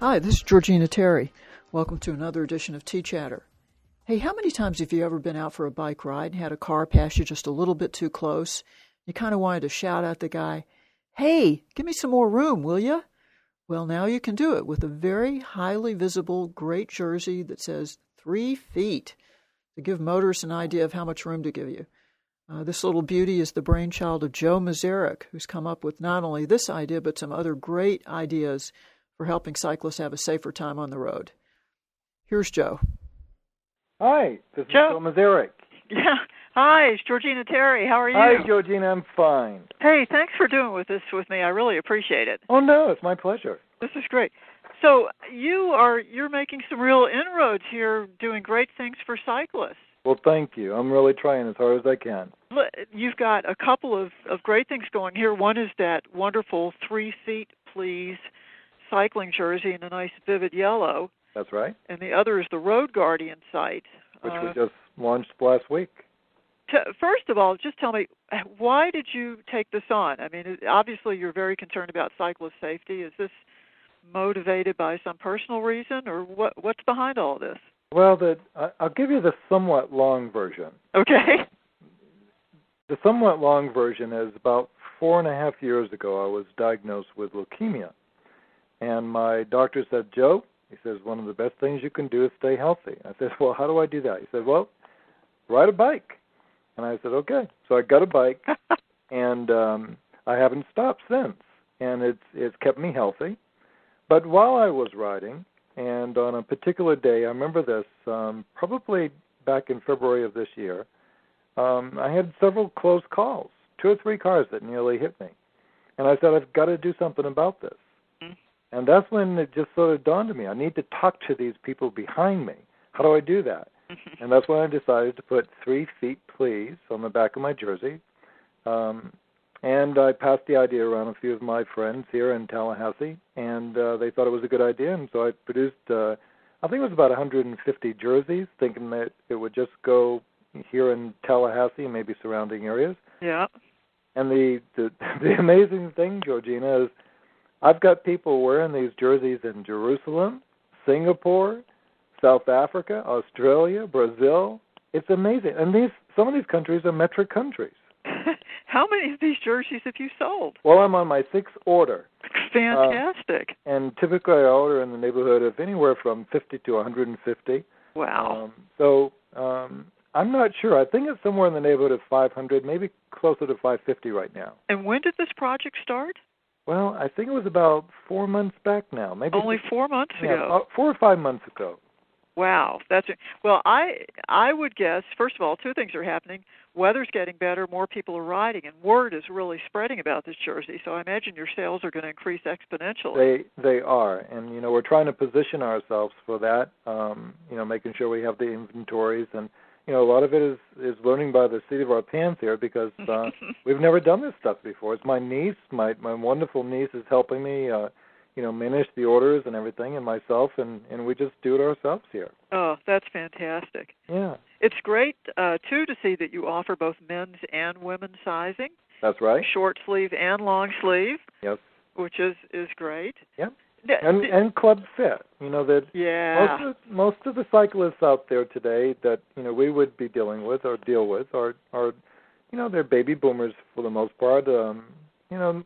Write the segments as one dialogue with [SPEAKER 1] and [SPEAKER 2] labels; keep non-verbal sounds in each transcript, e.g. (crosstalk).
[SPEAKER 1] Hi, this is Georgina Terry. Welcome to another edition of Tea Chatter. Hey, how many times have you ever been out for a bike ride and had a car pass you just a little bit too close? You kind of wanted to shout at the guy, Hey, give me some more room, will you? Well, now you can do it with a very highly visible great jersey that says three feet to give motorists an idea of how much room to give you. Uh, this little beauty is the brainchild of Joe Mazarek, who's come up with not only this idea but some other great ideas for helping cyclists have a safer time on the road. Here's Joe.
[SPEAKER 2] Hi, this
[SPEAKER 3] Joe.
[SPEAKER 2] is Joe Mazarek.
[SPEAKER 3] Yeah. Hi, it's Georgina Terry. How are you?
[SPEAKER 2] Hi, Georgina. I'm fine.
[SPEAKER 3] Hey, thanks for doing with this with me. I really appreciate it.
[SPEAKER 2] Oh no, it's my pleasure.
[SPEAKER 3] This is great. So you are you're making some real inroads here, doing great things for cyclists.
[SPEAKER 2] Well, thank you. I'm really trying as hard as I can.
[SPEAKER 3] L- You've got a couple of of great things going here. One is that wonderful three feet please cycling jersey in a nice vivid yellow,
[SPEAKER 2] That's right.
[SPEAKER 3] and the other is the Road Guardian site.
[SPEAKER 2] Which
[SPEAKER 3] Uh,
[SPEAKER 2] we just launched last week.
[SPEAKER 3] t- first of all, just tell me why did you take this on? I mean, it- obviously you're very concerned about cyclist safety. Is this motivated by some personal reason, or what? What's behind all this?
[SPEAKER 2] Well, the I- I'll give you the somewhat long version.
[SPEAKER 3] Okay.
[SPEAKER 2] The somewhat long version is about four and a half years ago, I was diagnosed with leukemia. And my doctor said, Joe, he says, one of the best things you can do is stay healthy. I said, well, how do I do that? He said, well, ride a bike. And I said, okay. So I got a bike, and um, I haven't stopped since. And it's, it's kept me healthy. But while I was riding, and on a particular day, I remember this, um, probably back in February of this year, um, I had several close calls, two or three cars that nearly hit me. And I said, I've got to do something about this.
[SPEAKER 3] Mhm.
[SPEAKER 2] And that's when it just sort of dawned on me I need to talk to these people behind me. How do I do that? (laughs)
[SPEAKER 3] (laughs)
[SPEAKER 2] And that's when I decided to put three feet, please, on the back of my jersey. Um, and I passed the idea around a few of my friends here in Tallahassee, and uh, they thought it was a good idea. And so I produced, uh, I think it was about 150 jerseys, thinking that it would just go here in Tallahassee and maybe surrounding areas.
[SPEAKER 3] yeah. (laughs)
[SPEAKER 2] And the, the (laughs) the amazing thing, Georgina, is I've got people wearing these jerseys in Jerusalem, Singapore, South Africa, Australia, Brazil. It's amazing. And these some of these countries are metric countries.
[SPEAKER 3] How many of these jerseys have you sold?
[SPEAKER 2] Well, I'm on my sixth order,
[SPEAKER 3] Fantastic!
[SPEAKER 2] and typically I order in the neighborhood of anywhere from 50 to 150.
[SPEAKER 3] wow.
[SPEAKER 2] Um, so um, I'm not sure. I think it's somewhere in the neighborhood of 500, maybe closer to 550 right now.
[SPEAKER 3] and when did this project start?
[SPEAKER 2] Well, I think it was about four months back now, maybe
[SPEAKER 3] Only four months
[SPEAKER 2] yeah,
[SPEAKER 3] ago.
[SPEAKER 2] about four or five months ago.
[SPEAKER 3] Wow, that's well. I I would guess first of all, two things are happening. Weather's getting better, more people are riding, and word is really spreading about this jersey. So I imagine your sales are going to increase exponentially.
[SPEAKER 2] They they are, and you know we're trying to position ourselves for that. Um, you know, making sure we have the inventories, and you know a lot of it is is learning by the seat of our pants
[SPEAKER 3] (laughs)
[SPEAKER 2] here because uh, we've never done this stuff before. It's my niece, my my wonderful niece, is helping me. Uh, you know, manage the orders and everything, and myself, and and we just do it ourselves here.
[SPEAKER 3] oh, that's fantastic!
[SPEAKER 2] Yeah,
[SPEAKER 3] It's great uh, too to see that you offer both men's and women's sizing,
[SPEAKER 2] that's right.
[SPEAKER 3] short sleeve and long sleeve,
[SPEAKER 2] Yes,
[SPEAKER 3] which is is great.
[SPEAKER 2] Yep.
[SPEAKER 3] Th-
[SPEAKER 2] and
[SPEAKER 3] th-
[SPEAKER 2] and club fit. You know that Most
[SPEAKER 3] yeah.
[SPEAKER 2] of, most of the cyclists out there today that you know we would be dealing with or deal with are are you know they're baby boomers for the most part. Um, you know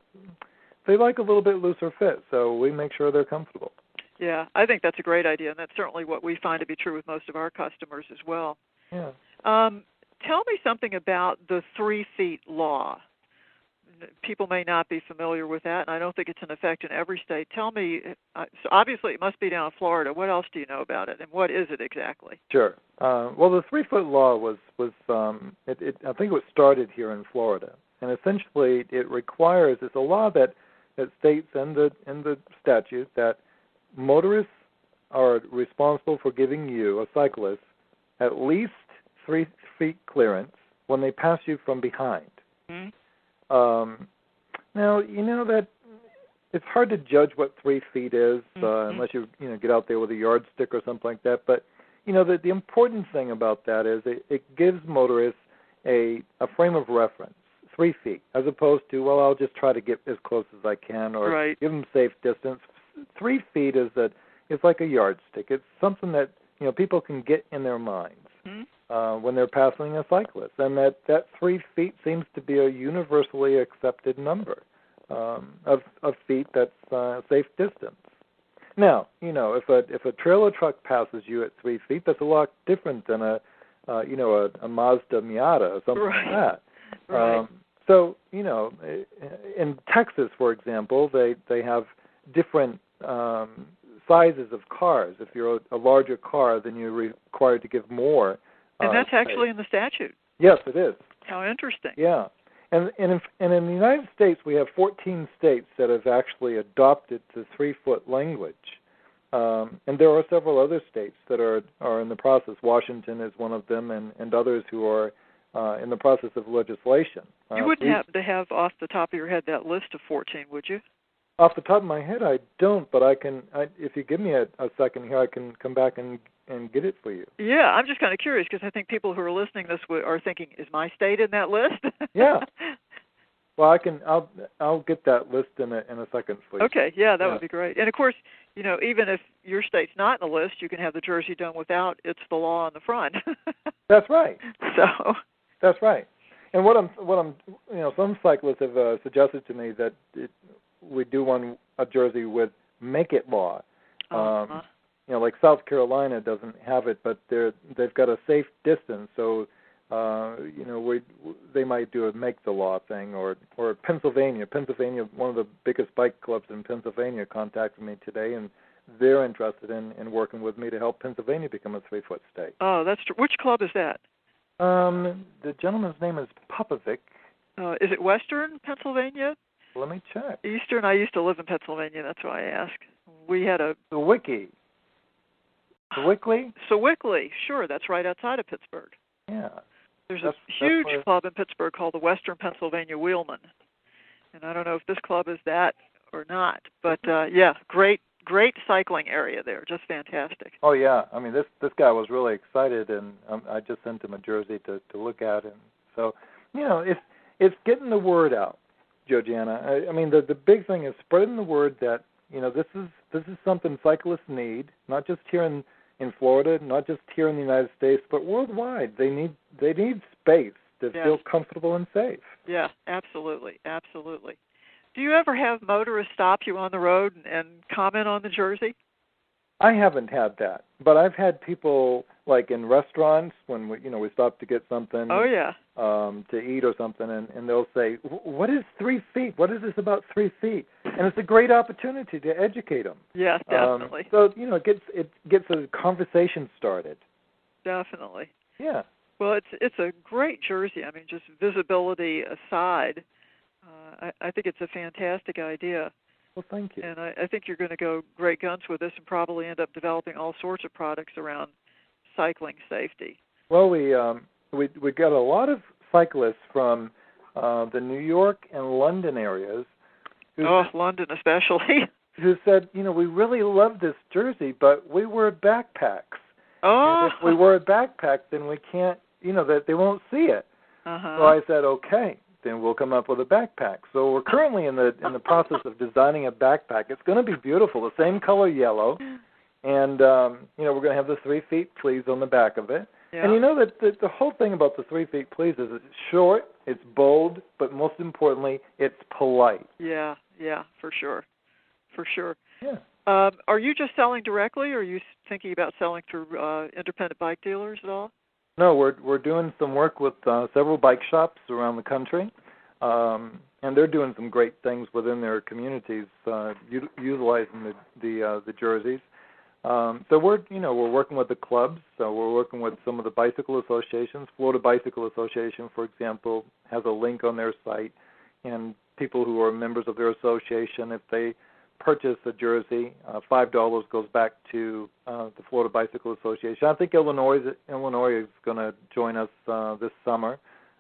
[SPEAKER 2] they like a little bit looser fit, so we make sure they're comfortable.
[SPEAKER 3] Yeah, I think that's a great idea, and that's certainly what we find to be true with most of our customers as well.
[SPEAKER 2] Yeah.
[SPEAKER 3] Um, tell me something about the three feet law. N- People may not be familiar with that, and I don't think it's in effect in every state. Tell me, uh, so obviously it must be down in Florida. What else do you know about it, and what is it exactly?
[SPEAKER 2] Sure. Uh, well, the three foot law was was um, it, it, I think it was started here in Florida, and essentially it requires it's a law that that states in the in the statute that motorists are responsible for giving you a cyclist at least three feet clearance when they pass you from behind.
[SPEAKER 3] Hmm?
[SPEAKER 2] Um, now you know that it's hard to judge what three feet is uh,
[SPEAKER 3] Mhm.
[SPEAKER 2] unless you you know get out there with a yardstick or something like that. But you know the the important thing about that is it, it gives motorists a a frame of reference, three feet, as opposed to well I'll just try to get as close as I can or
[SPEAKER 3] Right.
[SPEAKER 2] give them safe distance. Three feet is a is like a yardstick. It's something that you know people can get in their minds
[SPEAKER 3] Mm-hmm.
[SPEAKER 2] uh, when they're passing a cyclist, and that that three feet seems to be a universally accepted number um, of of feet that's uh, safe distance. Now, you know, if a if a trailer truck passes you at three feet, that's a lot different than a uh, you know a, a Mazda Miata or something
[SPEAKER 3] Right.
[SPEAKER 2] like that.
[SPEAKER 3] Right.
[SPEAKER 2] Um, so you know, in Texas, for example, they they have different um, sizes of cars. If you're a, a larger car, then you're required to give more. uh,
[SPEAKER 3] and that's actually
[SPEAKER 2] space.
[SPEAKER 3] in the statute.
[SPEAKER 2] yes, it is.
[SPEAKER 3] How interesting.
[SPEAKER 2] Yeah, and and in, and in the United States, we have 14 states that have actually adopted the three foot language, um, and there are several other states that are are in the process. Washington is one of them, and and others who are uh, in the process of legislation. Uh,
[SPEAKER 3] You wouldn't
[SPEAKER 2] we-
[SPEAKER 3] have to have off the top of your head that list of 14, would you?
[SPEAKER 2] off the top of my head, I don't, but I can. I, if you give me a, a second here, I can come back and and get it for you.
[SPEAKER 3] Yeah, I'm just kind of curious because I think people who are listening this w- are thinking, is my state in that list? (laughs)
[SPEAKER 2] Yeah. Well, I can. I'll I'll get that list in a in a second for you.
[SPEAKER 3] okay, yeah, that
[SPEAKER 2] Yeah.
[SPEAKER 3] would be great. And of course, you know, even if your state's not in the list, you can have the jersey done without. It's the law on the front. (laughs)
[SPEAKER 2] That's right.
[SPEAKER 3] so,
[SPEAKER 2] That's right. And what I'm what I'm you know some cyclists have uh, suggested to me that it, we do one a jersey with make it law. Um,
[SPEAKER 3] uh-huh.
[SPEAKER 2] You know, like South Carolina doesn't have it, but they're they've got a safe distance, so. Uh, you know, we they might do a make the law thing, or or Pennsylvania. Pennsylvania, one of the biggest bike clubs in Pennsylvania, contacted me today, and they're interested in in working with me to help Pennsylvania become a three foot state.
[SPEAKER 3] oh, that's tr- which club is that?
[SPEAKER 2] Um, the gentleman's name is Popovic.
[SPEAKER 3] Uh, is it Western Pennsylvania?
[SPEAKER 2] Let me check.
[SPEAKER 3] Eastern. I used to live in Pennsylvania. That's why I ask. We had a
[SPEAKER 2] The wiki. The wiki?
[SPEAKER 3] Sewickley. Sure, that's right outside of Pittsburgh.
[SPEAKER 2] Yeah.
[SPEAKER 3] There's
[SPEAKER 2] That's- that's
[SPEAKER 3] a huge
[SPEAKER 2] where-
[SPEAKER 3] club in Pittsburgh called the Western Pennsylvania Wheelmen, and I don't know if this club is that or not, but uh, yeah, great, great cycling area there, just fantastic.
[SPEAKER 2] Oh yeah. I mean this this guy was really excited and um, I just sent him a jersey to to look at and so you know, it's it's getting the word out, Georgiana. I, I mean the the big thing is spreading the word that, you know, this is this is something cyclists need, not just here in in Florida, not just here in the United States, but worldwide. They need they need space to
[SPEAKER 3] Yes.
[SPEAKER 2] feel comfortable and safe.
[SPEAKER 3] Yeah, absolutely, absolutely. Do you ever have motorists stop you on the road and, and comment on the jersey?
[SPEAKER 2] I haven't had that, but I've had people like in restaurants when we, you know, we stop to get something
[SPEAKER 3] Oh yeah,
[SPEAKER 2] um, to eat or something, and, and they'll say, "Wh- "What is three feet? What is this about three feet?" And it's a great opportunity to educate them.
[SPEAKER 3] yes,
[SPEAKER 2] Um,
[SPEAKER 3] definitely,
[SPEAKER 2] so you know, it gets it gets a conversation started.
[SPEAKER 3] definitely.
[SPEAKER 2] Yeah,
[SPEAKER 3] Well, it's it's a great jersey. I mean, just visibility aside, uh, I, I think it's a fantastic idea.
[SPEAKER 2] well, thank you.
[SPEAKER 3] and I, I think you're going to go great guns with this and probably end up developing all sorts of products around cycling safety.
[SPEAKER 2] Well, we um, we we got a lot of cyclists from uh, the New York and London areas who
[SPEAKER 3] Oh, London especially. (laughs)
[SPEAKER 2] who said, you know, we really love this jersey, but we wear backpacks.
[SPEAKER 3] oh,
[SPEAKER 2] And if we wear a backpack, then we can't, you know, that they won't see it.
[SPEAKER 3] (laughs) Uh-huh.
[SPEAKER 2] So I said, okay, then we'll come up with a backpack. So we're currently in the in the process of designing a backpack. It's going to be beautiful, the same color yellow, and um, you know, we're going to have the three feet please on the back of it.
[SPEAKER 3] yeah.
[SPEAKER 2] And you know that the, the whole thing about the three feet please is it's short, it's bold, but most importantly, it's polite.
[SPEAKER 3] yeah, yeah, for sure, for sure.
[SPEAKER 2] Yeah.
[SPEAKER 3] Um, are you just selling directly, or are you s- thinking about selling through uh, independent bike dealers at all?
[SPEAKER 2] No, we're we're doing some work with uh, several bike shops around the country, um, and they're doing some great things within their communities, uh, u- utilizing the the uh, the jerseys. Um, so we're you know we're working with the clubs. So we're working with some of the bicycle associations. Florida Bicycle Association, for example, has a link on their site, and people who are members of their association, if they purchase a jersey, uh, five dollars goes back to uh, the Florida Bicycle Association. I think Illinois is, Illinois is going to join us uh, this summer.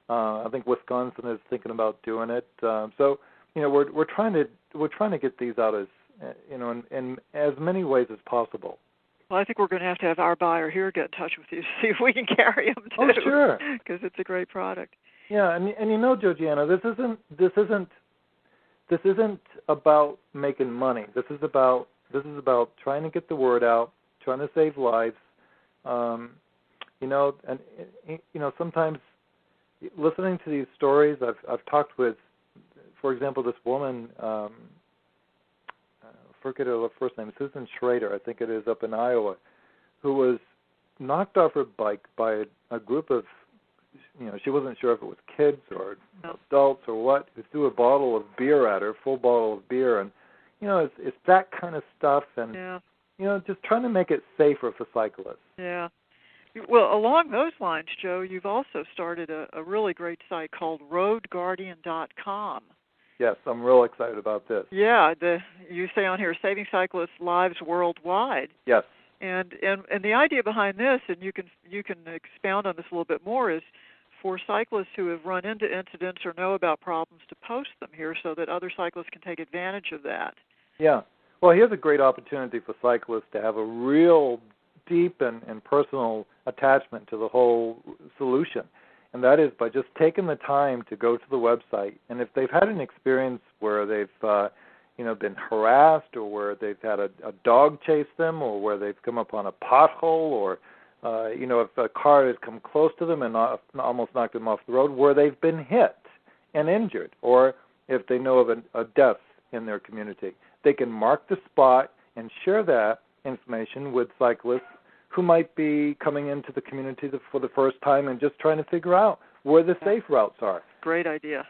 [SPEAKER 2] Uh, I think Wisconsin is thinking about doing it. Um, so you know we're we're trying to we're trying to get these out as uh, you know in, in as many ways as possible.
[SPEAKER 3] Well, I think we're going to have to have our buyer here get in touch with you (laughs) to see if we can carry them too.
[SPEAKER 2] Oh sure,
[SPEAKER 3] Because it's a great product.
[SPEAKER 2] yeah, and and you know Georgiana, this isn't this isn't this isn't about making money. This is about This is about trying to get the word out, trying to save lives. Um, you know, and eh, you know sometimes listening to these stories, I've I've talked with, for example, this woman. Um, uh, forget her first name, Susan Schrader, I think it is, up in Iowa, who was knocked off her bike by a, a group of, you know, she wasn't sure if it was kids or adults or what, who threw a bottle of beer at her, full bottle of beer, and you know, it's it's that kind of stuff, and
[SPEAKER 3] Yeah.
[SPEAKER 2] you know, just trying to make it safer for cyclists.
[SPEAKER 3] Yeah. You- Well, along those lines, Joe, you've also started a, a really great site called RoadGuardian.com.
[SPEAKER 2] Yes, I'm real excited about this.
[SPEAKER 3] Yeah, the you say on here saving cyclists' lives worldwide,
[SPEAKER 2] Yes,
[SPEAKER 3] and and and the idea behind this, and you can you can expound on this a little bit more, is for cyclists who have run into incidents or know about problems to post them here so that other cyclists can take advantage of that.
[SPEAKER 2] yeah. Well, here's a great opportunity for cyclists to have a real deep and, and personal attachment to the whole solution. And that is by just taking the time to go to the website. And if they've had an experience where they've, uh, you know, been harassed or where they've had a, a dog chase them or where they've come upon a pothole or, uh, you know, if a car has come close to them and not, almost knocked them off the road, where they've been hit and injured, or if they know of a, a death in their community, they can mark the spot and share that information with cyclists who might be coming into the community the, for the first time and just trying to figure out where the safe routes are.
[SPEAKER 3] Great idea.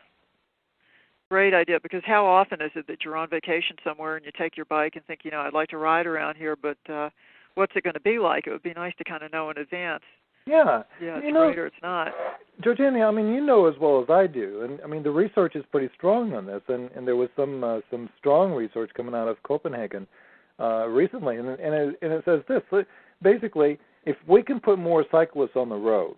[SPEAKER 3] Great idea because how often is it that you're on vacation somewhere and you take your bike and think, you know, I'd like to ride around here, but uh what's it going to be like? It would be nice to kind of know in advance.
[SPEAKER 2] Yeah.
[SPEAKER 3] Yeah, it's
[SPEAKER 2] you know,
[SPEAKER 3] great or it's not.
[SPEAKER 2] Georgina, I mean, you know as well as I do, and I mean the research is pretty strong on this, and, and there was some uh, some strong research coming out of Copenhagen uh, recently, and and it, and it says this li- basically, if we can put more cyclists on the road,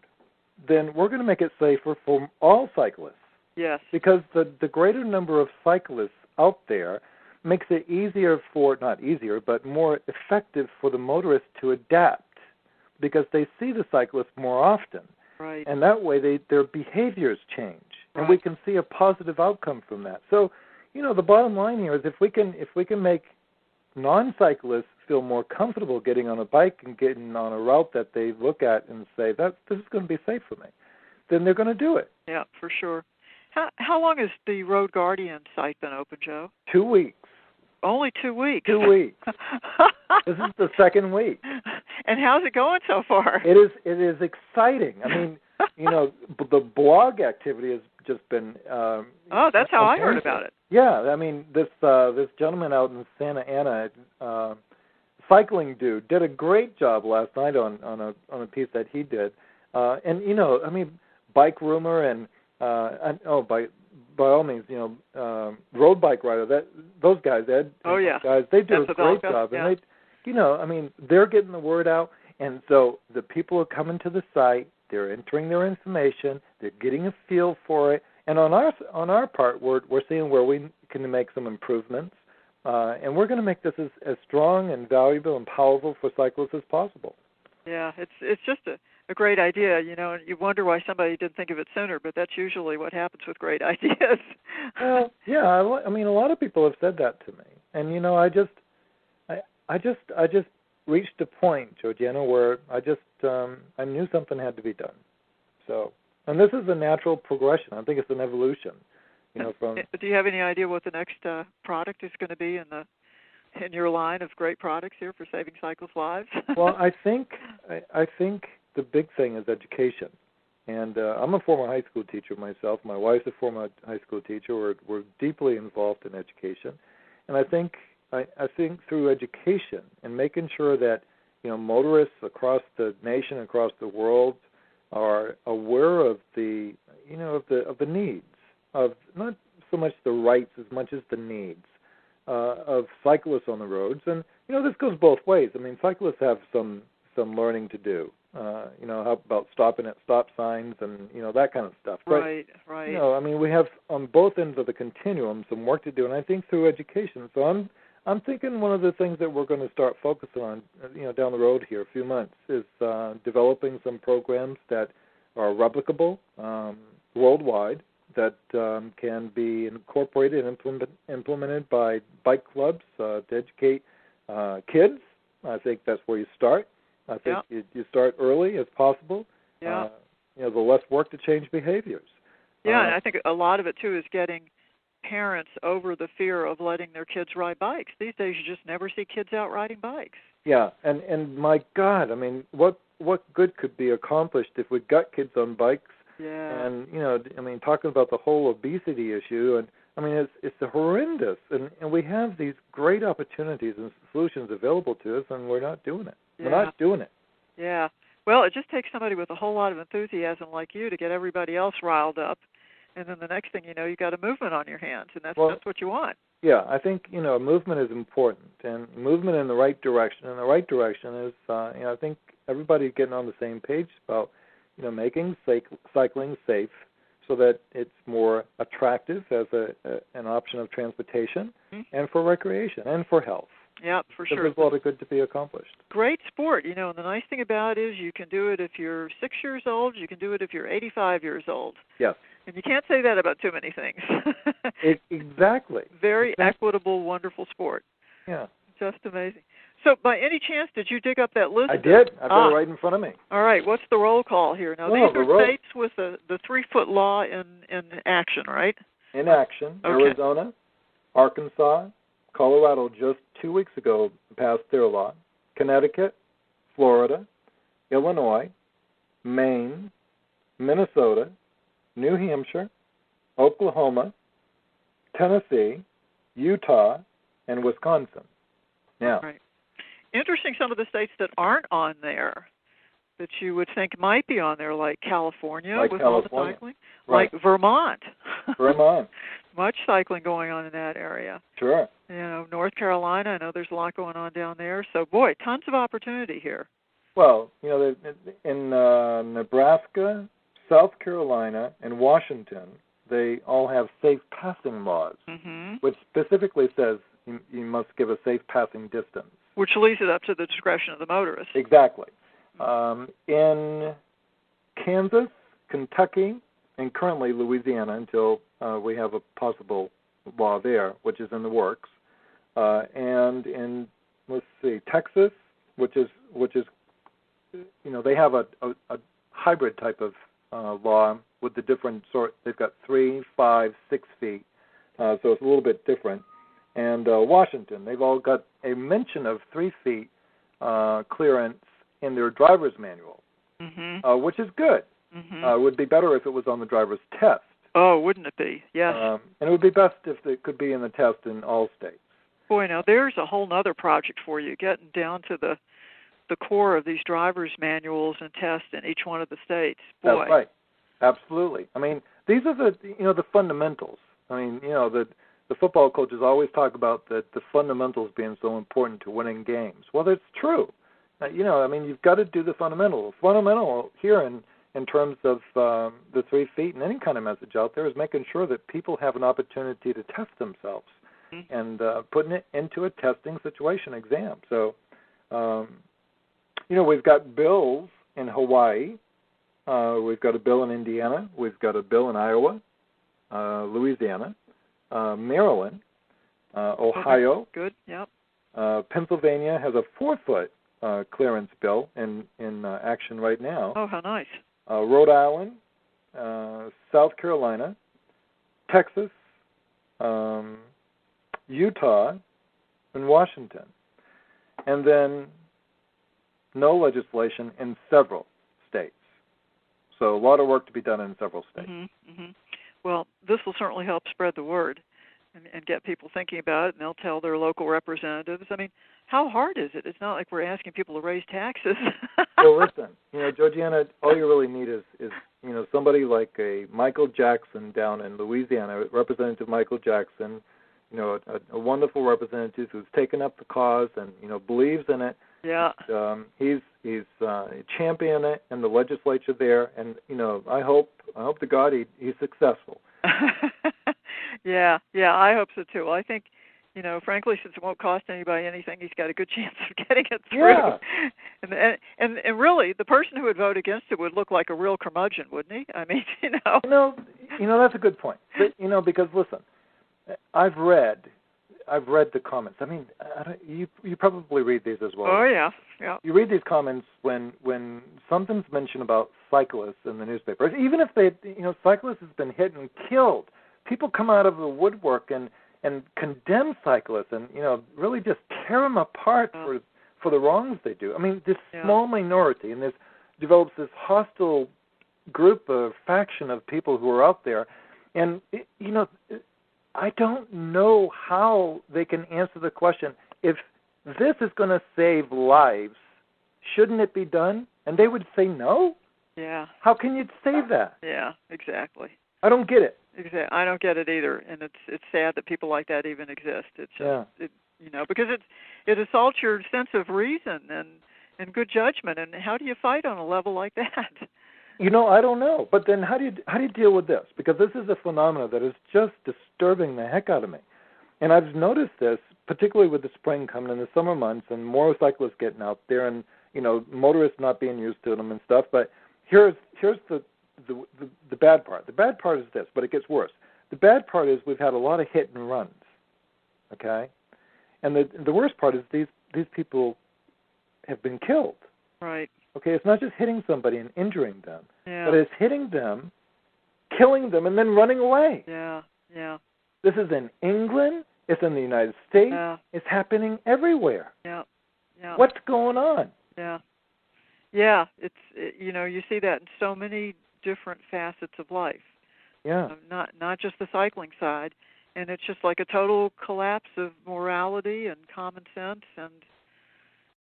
[SPEAKER 2] then we're going to make it safer for all cyclists
[SPEAKER 3] Yes.
[SPEAKER 2] because the the greater number of cyclists out there makes it easier for not easier but more effective for the motorists to adapt because they see the cyclists more often
[SPEAKER 3] Right.
[SPEAKER 2] and that way they their behaviors change and we
[SPEAKER 3] Right.
[SPEAKER 2] can see a positive outcome from that so you know the bottom line here is if we can if we can make non-cyclists feel more comfortable getting on a bike and getting on a route that they look at and say that this is going to be safe for me then they're going to do it
[SPEAKER 3] Yeah, for sure. How how long has the Road Guardian site been open, Joe?
[SPEAKER 2] two weeks
[SPEAKER 3] Only 2 weeks. (laughs)
[SPEAKER 2] two weeks this
[SPEAKER 3] this
[SPEAKER 2] is the second week
[SPEAKER 3] And how's it going so far?
[SPEAKER 2] it is it is exciting i mean you know b- the blog activity has just been um
[SPEAKER 3] (laughs) Oh, that's how I
[SPEAKER 2] amazing.
[SPEAKER 3] heard about it.
[SPEAKER 2] Yeah, I mean this uh this gentleman out in Santa Ana, uh, cycling dude, did a great job last night on on a on a piece that he did, uh, and you know, I mean, bike rumor and uh, and oh by by all means, you know, um, road bike rider that those guys Ed,
[SPEAKER 3] Oh, yeah.
[SPEAKER 2] guys they do
[SPEAKER 3] That's
[SPEAKER 2] a
[SPEAKER 3] a
[SPEAKER 2] great
[SPEAKER 3] Velka,
[SPEAKER 2] job, and
[SPEAKER 3] yeah.
[SPEAKER 2] they, you know, I mean they're getting the word out, and so the people are coming to the site, they're entering their information, they're getting a feel for it, and on our on our part, we're we're seeing where we can make some improvements, uh, and we're going to make this as, as strong and valuable and powerful for cyclists as possible.
[SPEAKER 3] Yeah, it's it's just a, a great idea, you know, and you wonder why somebody didn't think of it sooner, but that's usually what happens with great (laughs) ideas. (laughs)
[SPEAKER 2] Well, yeah, I, li- I mean, a lot of people have said that to me, and you know, I just, I, I just, I just reached a point, Georgiana, where I just, um, I knew something had to be done. So, and this is a natural progression. I think it's an evolution, you know,
[SPEAKER 3] (laughs)
[SPEAKER 2] from
[SPEAKER 3] Eh, Do you have any idea what the next uh, product is going to be in the in your line of great products here for saving cycles lives?
[SPEAKER 2] well,
[SPEAKER 3] (laughs)
[SPEAKER 2] I think I, I think the big thing is education, and uh, I'm a former high school teacher myself. My wife's a former high school teacher. We're we're deeply involved in education, and I think I, I think through education and making sure that you know motorists across the nation, across the world, are aware of the you know of the of the needs of not so much the rights as much as the needs uh, of cyclists on the roads, and you know this goes both ways. I mean, cyclists have some some learning to do. Uh, you know, how about stopping at stop signs and you know that kind of stuff. But
[SPEAKER 3] right, right.
[SPEAKER 2] you know, uh, I mean, we have on both ends of the continuum some work to do, and I think through education. So I'm I'm thinking one of the things that we're going to start focusing on, uh, you know, down the road here, a few months, is uh, developing some programs that are replicable um, worldwide that um, can be incorporated and implement, implemented by bike clubs uh, to educate uh, kids. I think that's where you start. I think
[SPEAKER 3] Yeah.
[SPEAKER 2] you, you start early as possible.
[SPEAKER 3] Yeah.
[SPEAKER 2] Uh, you know, the less work to change behaviors.
[SPEAKER 3] yeah,
[SPEAKER 2] uh,
[SPEAKER 3] and I think a lot of it too is getting parents over the fear of letting their kids ride bikes. These days you just never see kids out riding bikes.
[SPEAKER 2] Yeah, and and my God, I mean, what what good could be accomplished if we got kids on bikes?
[SPEAKER 3] Yeah.
[SPEAKER 2] And you know, I mean, talking about the whole obesity issue, and I mean, it's it's horrendous, and and we have these great opportunities and solutions available to us, and we're not doing it.
[SPEAKER 3] yeah.
[SPEAKER 2] We're not doing it.
[SPEAKER 3] Yeah. Well, it just takes somebody with a whole lot of enthusiasm like you to get everybody else riled up, and then the next thing you know, you got a movement on your hands, and that's
[SPEAKER 2] Well-
[SPEAKER 3] that's what you want.
[SPEAKER 2] Yeah, I think you know movement is important, and movement in the right direction. And the right direction is, uh, you know, I think everybody's getting on the same page about, you know, making cyc- cycling safe so that it's more attractive as a, a an option of transportation
[SPEAKER 3] Mhm.
[SPEAKER 2] and for recreation and for health.
[SPEAKER 3] Yeah, for
[SPEAKER 2] So
[SPEAKER 3] sure.
[SPEAKER 2] There's a lot of good to be accomplished.
[SPEAKER 3] great sport, you know, and the nice thing about it is you can do it if you're 6 years old, you can do it if you're 85 years old.
[SPEAKER 2] Yes,
[SPEAKER 3] And you can't say that about too many things. (laughs)
[SPEAKER 2] it, exactly.
[SPEAKER 3] Very
[SPEAKER 2] exactly.
[SPEAKER 3] equitable, wonderful sport.
[SPEAKER 2] Yeah,
[SPEAKER 3] Just amazing. So, by any chance, did you dig up that list?
[SPEAKER 2] I did. I've got
[SPEAKER 3] Ah.
[SPEAKER 2] it right in front of me.
[SPEAKER 3] All right, what's the roll call here? Now,
[SPEAKER 2] Well,
[SPEAKER 3] these
[SPEAKER 2] the
[SPEAKER 3] are
[SPEAKER 2] roll-
[SPEAKER 3] states with the, the three foot law in, in action, right?
[SPEAKER 2] in action.
[SPEAKER 3] Okay.
[SPEAKER 2] Arizona, Arkansas, Colorado just two weeks ago passed their law. Connecticut, Florida, Illinois, Maine, Minnesota, New Hampshire, Oklahoma, Tennessee, Utah, and Wisconsin. Now,
[SPEAKER 3] Right. Interesting, some of the states that aren't on there that you would think might be on there, like California
[SPEAKER 2] Like
[SPEAKER 3] with all the
[SPEAKER 2] California.
[SPEAKER 3] cycling,
[SPEAKER 2] right,
[SPEAKER 3] like Vermont.
[SPEAKER 2] Vermont,
[SPEAKER 3] (laughs) Much cycling going on in that area.
[SPEAKER 2] sure.
[SPEAKER 3] You know, North Carolina, I know there's a lot going on down there. So, boy, tons of opportunity here.
[SPEAKER 2] Well, you know, they- in uh, Nebraska, South Carolina, and Washington, they all have safe passing laws,
[SPEAKER 3] hmm
[SPEAKER 2] which specifically says you, you must give a safe passing distance.
[SPEAKER 3] Which leaves it up to the discretion of the motorist.
[SPEAKER 2] Exactly. Um, in Kansas, Kentucky, and currently Louisiana, until uh, we have a possible law there, which is in the works, uh, and in let's see, Texas, which is which is you know they have a, a, a hybrid type of uh, law with the different sort. They've got three, five, six feet, uh, so it's a little bit different. And uh, Washington, they've all got a mention of three feet uh, clearance in their driver's manual,
[SPEAKER 3] Mm-hmm.
[SPEAKER 2] uh, which is good.
[SPEAKER 3] hmm
[SPEAKER 2] Uh, it would be better if it was on the driver's test,
[SPEAKER 3] oh, wouldn't it be? Yes.
[SPEAKER 2] um, and it would be best if it could be in the test in all states.
[SPEAKER 3] Boy, now there's a whole nother project for you, getting down to the the core of these drivers' manuals and tests in each one of the states. Boy,
[SPEAKER 2] That's right. Absolutely. I mean, these are the you know the fundamentals. I mean, you know the the football coaches always talk about the the fundamentals being so important to winning games. Well, that's true. Uh, you know, I mean, you've got to do the fundamental. Fundamental here in in terms of um, the three feet and any kind of message out there is making sure that people have an opportunity to test themselves
[SPEAKER 3] Mhm.
[SPEAKER 2] and uh, putting it into a testing situation exam. So, um, you know, we've got bills in Hawaii uh, we've got a bill in Indiana. We've got a bill in Iowa, uh, Louisiana, uh, Maryland, uh, Ohio.
[SPEAKER 3] good. Yep.
[SPEAKER 2] Uh, Pennsylvania has a four-foot uh, clearance bill in in uh, action right now.
[SPEAKER 3] Oh, how nice.
[SPEAKER 2] Uh, Rhode Island, uh, South Carolina, Texas, um, Utah, and Washington, and then no legislation in several states. So a lot of work to be done in several states.
[SPEAKER 3] hmm hmm Well, this will certainly help spread the word and, and get people thinking about it, and they'll tell their local representatives. I mean, how hard is it? It's not like we're asking people to raise taxes.
[SPEAKER 2] (laughs) well, listen, you know, Georgiana, all you really need is is you know somebody like a Michael Jackson down in Louisiana, Representative Michael Jackson, you know, a, a wonderful representative who's taken up the cause and you know believes in it.
[SPEAKER 3] (laughs) yeah.
[SPEAKER 2] Um, he's he's uh, championing it in the legislature there, and you know, I hope I hope to God he he's successful.
[SPEAKER 3] (laughs) yeah, yeah, I hope so too. I think, you know, frankly, since it won't cost anybody anything, he's got a good (laughs) chance of getting it through.
[SPEAKER 2] Yeah.
[SPEAKER 3] (laughs) And, and and and really, the person who would vote against it would look like a real curmudgeon, wouldn't he? I mean, (laughs) you know.
[SPEAKER 2] You know, you know that's a good point. But, you know, because listen, I've read I've read the comments. I mean, I don't, you you probably read these as well.
[SPEAKER 3] Oh yeah, yeah.
[SPEAKER 2] You read these comments when when something's mentioned about cyclists in the newspapers, even if they you know cyclists has been hit and killed. People come out of the woodwork and and condemn cyclists and you know really just tear them apart
[SPEAKER 3] Yeah.
[SPEAKER 2] for for the wrongs they do. I mean, this
[SPEAKER 3] Mm. Yeah.
[SPEAKER 2] small minority and this develops this hostile group of faction of people who are out there, and it, you know, it- I don't know how they can answer the question if this is going to save lives. Shouldn't it be done? And they would say no.
[SPEAKER 3] Yeah.
[SPEAKER 2] How can you say that?
[SPEAKER 3] Yeah, exactly.
[SPEAKER 2] I don't get it.
[SPEAKER 3] Exactly. I don't get it either, and it's it's sad that people like that even exist. It's just
[SPEAKER 2] Yeah.
[SPEAKER 3] it, you know because it it assaults your sense of reason and and good judgment. And how do you fight on a level like (laughs) that?
[SPEAKER 2] You know, I don't know. But then how do you how do you deal with this? Because this is a phenomenon that is just disturbing the heck out of me. And I've noticed this, particularly with the spring coming in the summer months and more cyclists getting out there and, you know, motorists not being used to them and stuff. But here's here's the the, the, the bad part. The bad part is this, but it gets worse. The bad part is we've had a lot of hit and runs. Okay? And the the worst part is these these people have been killed.
[SPEAKER 3] Right.
[SPEAKER 2] Okay, it's not just hitting somebody and injuring them
[SPEAKER 3] Yeah.
[SPEAKER 2] but it's hitting them, killing them, and then running away.
[SPEAKER 3] yeah. Yeah.
[SPEAKER 2] This is in England. It's in the United States.
[SPEAKER 3] Yeah.
[SPEAKER 2] It's happening everywhere.
[SPEAKER 3] Yeah. Yeah.
[SPEAKER 2] What's going on?
[SPEAKER 3] Yeah. Yeah. It's it, you know you see that in so many different facets of life.
[SPEAKER 2] Yeah,
[SPEAKER 3] um, not not just the cycling side and it's just like a total collapse of morality and common sense and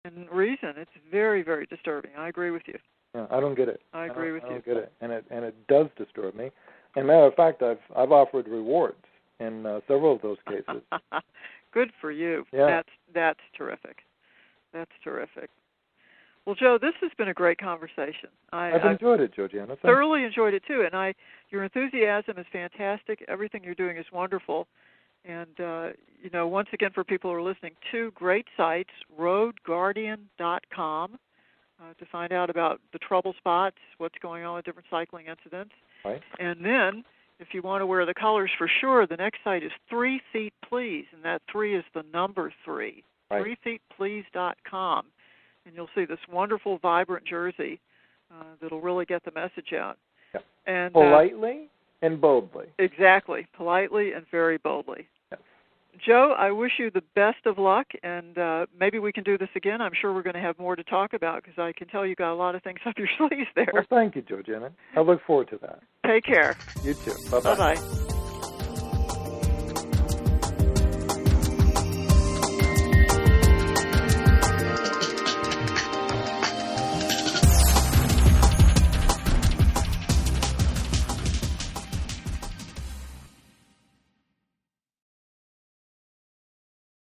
[SPEAKER 3] and reason it's very very disturbing i agree with you
[SPEAKER 2] yeah I don't get it.
[SPEAKER 3] i agree
[SPEAKER 2] don't-
[SPEAKER 3] with
[SPEAKER 2] I
[SPEAKER 3] you
[SPEAKER 2] don't get it, and it and it does disturb me. And matter of fact, I've I've offered rewards in uh, several of those cases.
[SPEAKER 3] (laughs) good for you
[SPEAKER 2] Yeah.
[SPEAKER 3] that's that's terrific that's terrific well joe this has been a great conversation i
[SPEAKER 2] I've
[SPEAKER 3] I've
[SPEAKER 2] enjoyed it, Georgiana. Thank you.
[SPEAKER 3] thoroughly enjoyed it too and i your enthusiasm is fantastic everything you're doing is wonderful and uh, you know once again for people who are listening two great sites roadguardian.com uh, to find out about the trouble spots what's going on with different cycling incidents
[SPEAKER 2] Right.
[SPEAKER 3] and then if you want to wear the colors for sure the next site is three feet please and that three is the number three
[SPEAKER 2] Right.
[SPEAKER 3] threefeetplease.com, and you'll see this wonderful, vibrant jersey uh, that'll really get the message out.
[SPEAKER 2] Yep.
[SPEAKER 3] And uh,
[SPEAKER 2] Politely and boldly.
[SPEAKER 3] exactly, politely and very boldly.
[SPEAKER 2] Yes.
[SPEAKER 3] Joe, I wish you the best of luck, and uh, maybe we can do this again. I'm sure we're going to have more to talk about because I can tell you got a lot of things (laughs) up your sleeves
[SPEAKER 2] Well,
[SPEAKER 3] there.
[SPEAKER 2] thank you, Georgiana. I look forward to that.
[SPEAKER 3] Take care.
[SPEAKER 2] You too.
[SPEAKER 3] Bye bye.